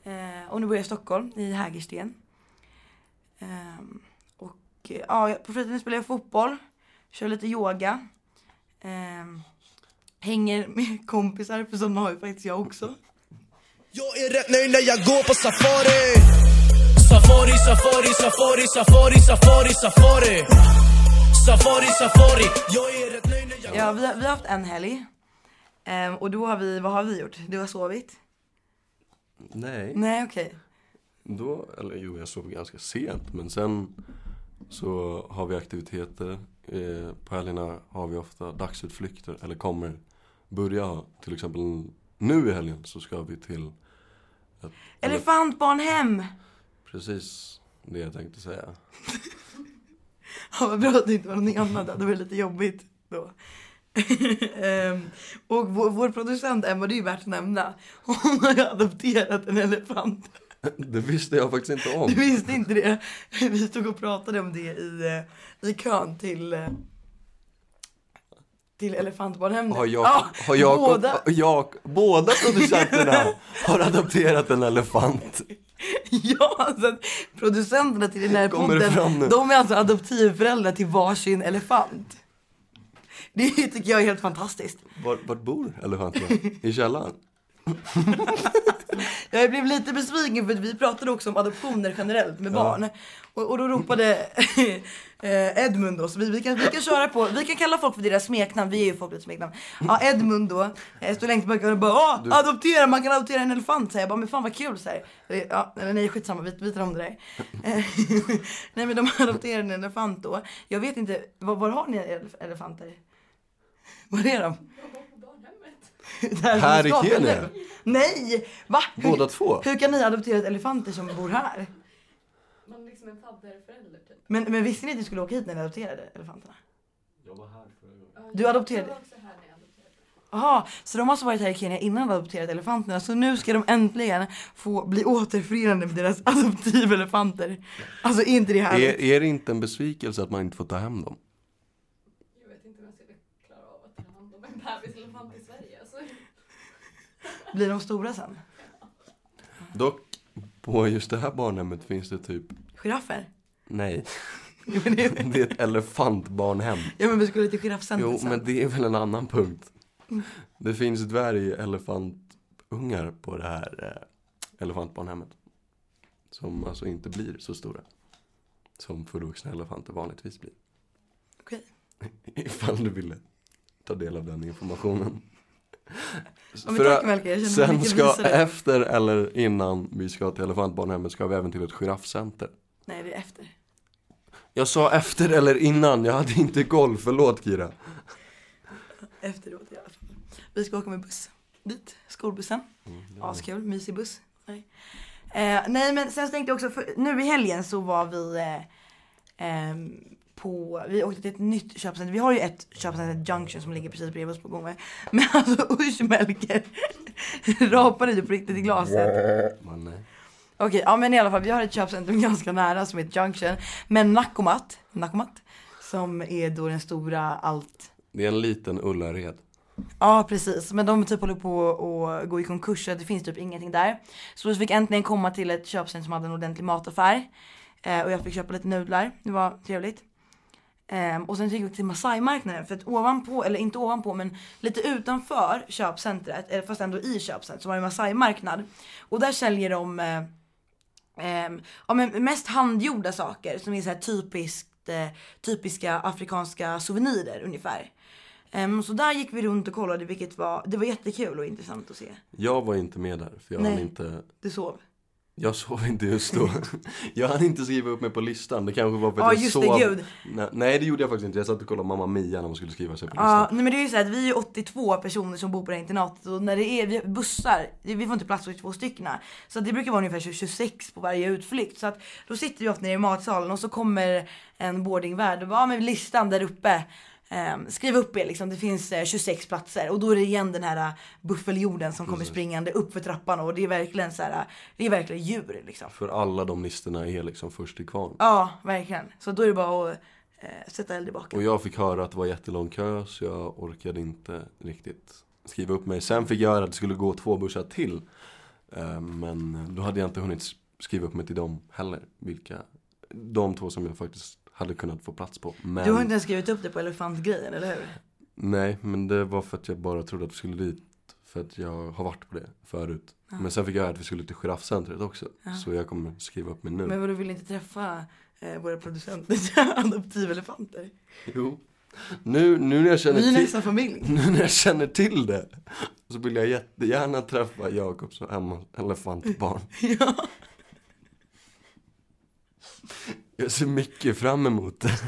[SPEAKER 2] Eh, och nu bor jag i Stockholm, i Hägersten. Ehm, och eh, ja, på fritiden spelar jag fotboll, kör lite yoga. ehm, hänger med kompisar, för sådana har ju faktiskt jag också.
[SPEAKER 1] Jag är rätt nöjd när jag går på safari Safari, safari, safari, safari, safari, safari Safari, safari Jag är rätt nöjd när jag
[SPEAKER 2] Ja, vi har, vi har haft en helg. Ehm, och då har vi, vad har vi gjort? Du har sovit?
[SPEAKER 3] Nej.
[SPEAKER 2] Nej okej.
[SPEAKER 3] Då, eller jo, jag sov ganska sent. Men sen så har vi aktiviteter. Eh, På helgerna har vi ofta dagsutflykter. Eller kommer börja ha. Till exempel nu i helgen så ska vi till ett
[SPEAKER 2] Elefantbarnhem!
[SPEAKER 3] Precis det jag tänkte säga.
[SPEAKER 2] Ja, vad bra att det inte var någonting annat. Det var lite jobbigt då. Ehm, och vår, vår producent Emma, det är ju värt att nämna. Hon har ju adopterat en elefant.
[SPEAKER 3] Det visste jag faktiskt inte
[SPEAKER 2] Du
[SPEAKER 3] om.
[SPEAKER 2] visste inte det? Vi stod och pratade om det i, eh, i kön till eh, till elefantbarnhemmet.
[SPEAKER 3] Har jag,
[SPEAKER 2] Ja,
[SPEAKER 3] har jag,
[SPEAKER 2] båda,
[SPEAKER 3] båda. Jag, båda producenterna har adopterat en elefant.
[SPEAKER 2] ja, så att producenterna till den här
[SPEAKER 3] Kommer det fram nu?
[SPEAKER 2] podden, de är alltså adoptivföräldrar till varsin elefant. Det tycker jag är helt fantastiskt.
[SPEAKER 3] Vart, vart bor elefanterna? I källaren?
[SPEAKER 2] Jag blev lite besviken för att vi pratade också om adoptioner generellt med barn. Och, och då ropade eh, Edmund då, så vi, vi, kan, vi kan köra på, vi kan kalla folk för deras smeknamn, vi är ju folkets smeknamn. Ja, Edmund då, eh, stod längst bak och bara Åh,
[SPEAKER 3] Du-
[SPEAKER 2] adoptera, man kan adoptera en elefant säger jag bara, men fan vad kul säger Eh, Ja, eller nej skitsamma, vi, vi tar om det där. Eh, nej men de adopterade en elefant då. Jag vet inte, var, var har ni elef- elefanter? Var är de?
[SPEAKER 4] Jag var på barnhemmet.
[SPEAKER 2] Där som
[SPEAKER 3] Här
[SPEAKER 2] vi
[SPEAKER 3] i
[SPEAKER 2] skapar
[SPEAKER 3] Kenya?
[SPEAKER 2] nu. Nej! Va? Hur-
[SPEAKER 3] Båda två?
[SPEAKER 2] hur kan ni adoptera ett elefanter som bor här?
[SPEAKER 4] Man är liksom en fadderförälder typ.
[SPEAKER 2] Men, men visste ni att ni skulle åka hit när ni adopterade elefanterna? Du
[SPEAKER 4] Jag-
[SPEAKER 2] adopterade-
[SPEAKER 4] Jag var också här när jag adopterade.
[SPEAKER 2] Jaha, så de har alltså varit här i Kenya innan de adopterat elefanterna så nu ska de äntligen få bli återförenade med deras adoptivelefanter. Alltså är inte det här.
[SPEAKER 3] Är, är det inte en besvikelse att man inte får ta hem dem?
[SPEAKER 4] Jag vet inte om jag skulle klara av att ta hand om en bebiselefant i Sverige. Alltså.
[SPEAKER 2] Blir de stora sen?
[SPEAKER 3] Dock, på just det här barnhemmet finns det typ,
[SPEAKER 2] Giraffer?
[SPEAKER 3] nej,
[SPEAKER 2] Jo, men det-
[SPEAKER 3] det är ett elefantbarnhem.
[SPEAKER 2] Ja men vi skulle till giraffcentret
[SPEAKER 3] Jo,
[SPEAKER 2] sen.
[SPEAKER 3] men det är väl en annan punkt. Det finns dvärgelelefantungar på det här eh, elefantbarnhemmet. Som alltså inte blir så stora. Som fullvuxna elefanter vanligtvis blir.
[SPEAKER 2] Okej.
[SPEAKER 3] Ifall du ville ta del av den informationen.
[SPEAKER 2] Ja, men
[SPEAKER 3] För
[SPEAKER 2] tack
[SPEAKER 3] att-
[SPEAKER 2] Melker, jag känner mig
[SPEAKER 3] sen
[SPEAKER 2] mycket
[SPEAKER 3] ska,
[SPEAKER 2] visare.
[SPEAKER 3] efter eller innan vi ska till elefantbarnhemmet ska vi även till ett giraffcenter.
[SPEAKER 2] Nej det är efter.
[SPEAKER 3] Jag sa efter eller innan, jag hade inte koll, förlåt Kira.
[SPEAKER 2] Efteråt i alla fall. Vi ska åka med buss dit, skolbussen. Askul, mysig buss. Nej. Eh, nej men sen så tänkte jag också, för, nu i helgen så var vi eh, ehm, på, vi åkte till ett nytt köpcenter. Vi har ju ett köpcenter, Junction, som ligger precis bredvid oss på Gångvägen. Men alltså usch Melker. Rapade du på riktigt i glaset?
[SPEAKER 3] Men eh, nej.
[SPEAKER 2] Okej, ja men i alla fall vi har ett köpcentrum ganska nära som heter Junction. Men Nakomat, Nakomat, som är då den stora allt.
[SPEAKER 3] Det är en liten Ullared.
[SPEAKER 2] Ja precis, men de typ håller på att gå i konkurs så det finns typ ingenting där. Så vi fick äntligen komma till ett köpcentrum som hade en ordentlig mataffär. Eh, och jag fick köpa lite nudlar, det var trevligt. Ehm, och sen gick vi till Maasai-marknaden för att ovanpå, eller inte ovanpå men lite utanför köpcentret, eller fast ändå i köpcentret, så var det en Maasai-marknad. Och där säljer de eh, Ehm, ja, men mest handgjorda saker som är så här typiskt, eh, typiska afrikanska souvenirer ungefär. Ehm, så där gick vi runt och kollade vilket var, det var jättekul och intressant att se.
[SPEAKER 3] Jag var inte med där, för jag
[SPEAKER 2] Nej.
[SPEAKER 3] hann inte
[SPEAKER 2] Du sov?
[SPEAKER 3] jag sov inte just då. Jag hann inte skriva upp mig på listan. Det kanske var för att
[SPEAKER 2] Ja
[SPEAKER 3] jag
[SPEAKER 2] just
[SPEAKER 3] sov.
[SPEAKER 2] det, gud.
[SPEAKER 3] Nej, nej, det gjorde jag faktiskt inte. Jag satt och kollade Mamma Mia när man skulle skriva sig på listan.
[SPEAKER 2] Ja, nej men det är ju så här att vi är 82 personer som bor på det här internatet och när det är vi har bussar, vi får inte plats för två stycken. Så att det brukar vara ungefär 26 på varje utflykt. Så att då sitter vi ofta nere i matsalen och så kommer en boardingvärd och bara, ja men listan där uppe. ehm, skriv upp er liksom, det finns eh, 26 platser och då är det igen den här eh, buffeljorden som kommer
[SPEAKER 3] Precis.
[SPEAKER 2] springande upp för trappan och det är verkligen så här, eh, det är verkligen djur liksom.
[SPEAKER 3] För alla de listorna är liksom först till kvarn.
[SPEAKER 2] Ja, verkligen. Så då är det bara att eh, sätta eld i
[SPEAKER 3] Och
[SPEAKER 2] baken.
[SPEAKER 3] jag fick höra att det var jättelång kö så jag orkade inte riktigt skriva upp mig. Sen fick jag höra att det skulle gå två bussar till. Eh, Men då hade jag inte hunnit s- skriva upp mig till dem heller. Vilka, de två som jag faktiskt hade kunnat få plats på. Men,
[SPEAKER 2] Du har inte ens skrivit upp det på elefantgrejen, eller hur?
[SPEAKER 3] Nej, men det var för att jag bara trodde att vi skulle dit. För att jag har varit på det förut. Men sen fick jag höra att vi skulle till giraffcentret också. Så jag kommer skriva upp mig nu.
[SPEAKER 2] Men vadå, vill inte träffa eh, våra producenter adoptivelefanter?
[SPEAKER 3] Jo. Nu, nu när jag känner
[SPEAKER 2] Vi är
[SPEAKER 3] till...
[SPEAKER 2] nästan familj.
[SPEAKER 3] Nu när jag känner till det så vill jag jättegärna träffa Jakobs och Emmas elefantbarn.
[SPEAKER 2] ja.
[SPEAKER 3] Jag ser mycket fram emot det.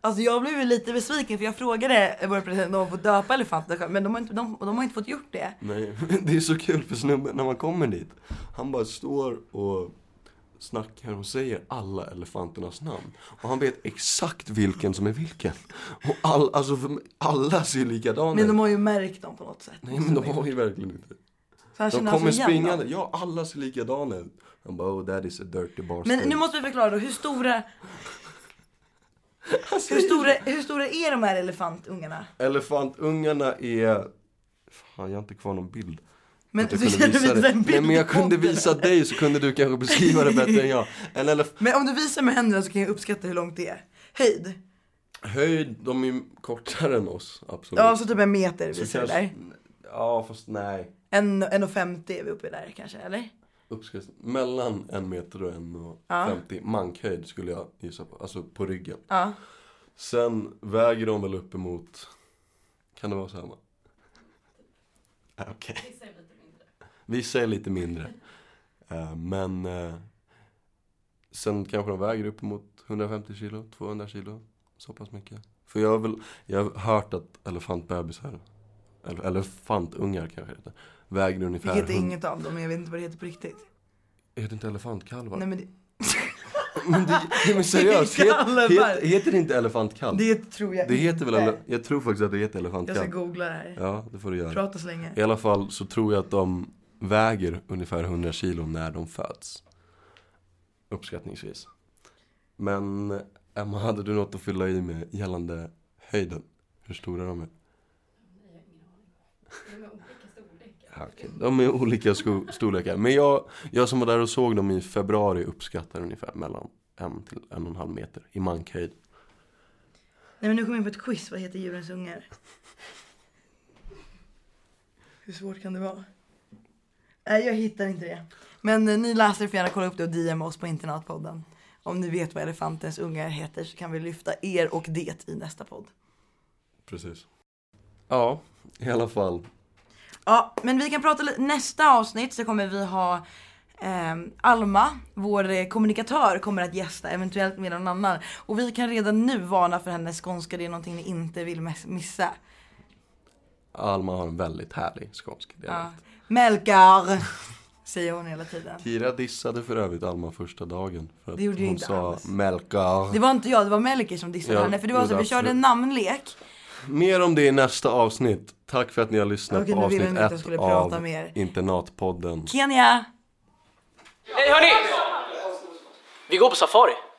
[SPEAKER 2] Alltså jag blev ju lite besviken för jag frågade våra producenter om de får döpa elefanter själv, men de har, inte, de, de har inte fått gjort det.
[SPEAKER 3] Nej, det är så kul för snubben när man kommer dit. Han bara står och snackar och säger alla elefanternas namn. Och han vet exakt vilken som är vilken. Och all, alltså för mig, alla ser likadana
[SPEAKER 2] Men de
[SPEAKER 3] ut.
[SPEAKER 2] har ju märkt dem på något sätt.
[SPEAKER 3] Nej men de har ju verkligen inte.
[SPEAKER 2] Så han
[SPEAKER 3] De
[SPEAKER 2] känner
[SPEAKER 3] kommer
[SPEAKER 2] alltså igen
[SPEAKER 3] springande.
[SPEAKER 2] dem.
[SPEAKER 3] Ja, alla ser likadana ut. Han bara oh that is a dirty bastard.
[SPEAKER 2] Men nu måste vi förklara då, hur stora,
[SPEAKER 3] Han säger
[SPEAKER 2] hur stora, hur stora är de här elefantungarna?
[SPEAKER 3] Elefantungarna är... Fan, jag har inte kvar någon bild.
[SPEAKER 2] Men
[SPEAKER 3] Att jag
[SPEAKER 2] du
[SPEAKER 3] kunde
[SPEAKER 2] känner
[SPEAKER 3] visa
[SPEAKER 2] visa
[SPEAKER 3] dig.
[SPEAKER 2] en bild
[SPEAKER 3] Nej, men jag
[SPEAKER 2] i
[SPEAKER 3] kunde
[SPEAKER 2] podden.
[SPEAKER 3] visa dig så kunde du kanske beskriva det bättre än jag. En elef-
[SPEAKER 2] Men om du visar med händerna så kan jag uppskatta hur långt det är. Höjd?
[SPEAKER 3] höjd, de är ju kortare än oss. Absolut.
[SPEAKER 2] Ja, så typ en meter
[SPEAKER 3] Mm. Så
[SPEAKER 2] visar du
[SPEAKER 3] kanske-
[SPEAKER 2] där.
[SPEAKER 3] Ja, fast nej.
[SPEAKER 2] En, en och femtio är vi uppe där kanske, eller?
[SPEAKER 3] Uppskatt, mellan en meter och en och
[SPEAKER 2] Ja.
[SPEAKER 3] 50 mankhöjd skulle jag gissa på. Alltså på ryggen.
[SPEAKER 2] Ja.
[SPEAKER 3] Sen väger de väl uppemot... Kan det vara samma? Ah, Okej.
[SPEAKER 4] Vissa är lite mindre.
[SPEAKER 3] Vissa är lite mindre. Eh, Men eh, sen kanske de väger upp mot 150 kilo, 200 kilo. Så pass mycket. För jag har, väl, jag har hört att elefantbebisar, eller elefantungar kanske det heter, väger ungefär...
[SPEAKER 2] Vilket är
[SPEAKER 3] hund-
[SPEAKER 2] inget av dem, jag vet inte vad det heter på riktigt.
[SPEAKER 3] Är det inte elefantkalvar?
[SPEAKER 2] Nej, men det,
[SPEAKER 3] men, det, nej, men seriöst, heter,
[SPEAKER 2] Kalvar.
[SPEAKER 3] heter, heter det inte elefantkalv? Det,
[SPEAKER 2] det tror jag
[SPEAKER 3] heter väl,
[SPEAKER 2] inte.
[SPEAKER 3] ele, jag tror faktiskt att det heter
[SPEAKER 2] Jag ska
[SPEAKER 3] elefantkalv.
[SPEAKER 2] googla det här.
[SPEAKER 3] Ja, det får du göra.
[SPEAKER 2] Prata så länge.
[SPEAKER 3] I alla fall så tror jag att de väger ungefär 100 kilo när de föds. Uppskattningsvis. Men Emma, hade du något att fylla i med gällande höjden? Hur stora de är?
[SPEAKER 4] Nej, jag har ingen aning. De
[SPEAKER 3] Ja, okej. De är
[SPEAKER 4] är olika storlekar.
[SPEAKER 3] olika sko- storlekar. Men jag, jag som var där och såg dem i februari uppskattar ungefär mellan en till en och en halv meter i mankhöjd.
[SPEAKER 2] Nej men nu kommer jag in på ett quiz, vad heter djurens ungar? Hur svårt kan det vara? Nej jag hittar inte det. Men eh, ni läsare får gärna kolla upp det och DM oss på internatpodden. Om ni vet vad elefantens ungar heter så kan vi lyfta er och det i nästa podd.
[SPEAKER 3] Precis. Ja, i alla fall.
[SPEAKER 2] Ja, men vi kan prata lite. Nästa avsnitt så kommer vi ha ehm, Alma, vår eh, kommunikatör, kommer att gästa, eventuellt med någon annan. Och vi kan redan nu varna för hennes skånska, det är någonting ni inte vill mes- missa.
[SPEAKER 3] Alma har en väldigt härlig skånsk dialekt.
[SPEAKER 2] Ja. Melkar, säger hon hela tiden.
[SPEAKER 3] Kira dissade för övrigt Alma första dagen. För att
[SPEAKER 2] Det gjorde ju
[SPEAKER 3] hon
[SPEAKER 2] inte
[SPEAKER 3] sa
[SPEAKER 2] alls.
[SPEAKER 3] melkar.
[SPEAKER 2] Det var inte jag, det var Melker som dissade
[SPEAKER 3] Ja,
[SPEAKER 2] henne. För det var
[SPEAKER 3] jo,
[SPEAKER 2] så, vi
[SPEAKER 3] absolut.
[SPEAKER 2] körde en namnlek.
[SPEAKER 3] Mer om det i nästa avsnitt. Tack för att ni har lyssnat
[SPEAKER 2] Okej,
[SPEAKER 3] på
[SPEAKER 2] nu ville
[SPEAKER 3] avsnitt
[SPEAKER 2] ni att jag
[SPEAKER 3] ett
[SPEAKER 2] skulle prata
[SPEAKER 3] av
[SPEAKER 2] mer.
[SPEAKER 3] Internatpodden.
[SPEAKER 2] Kenya!
[SPEAKER 1] Nej hörni! Vi går på safari.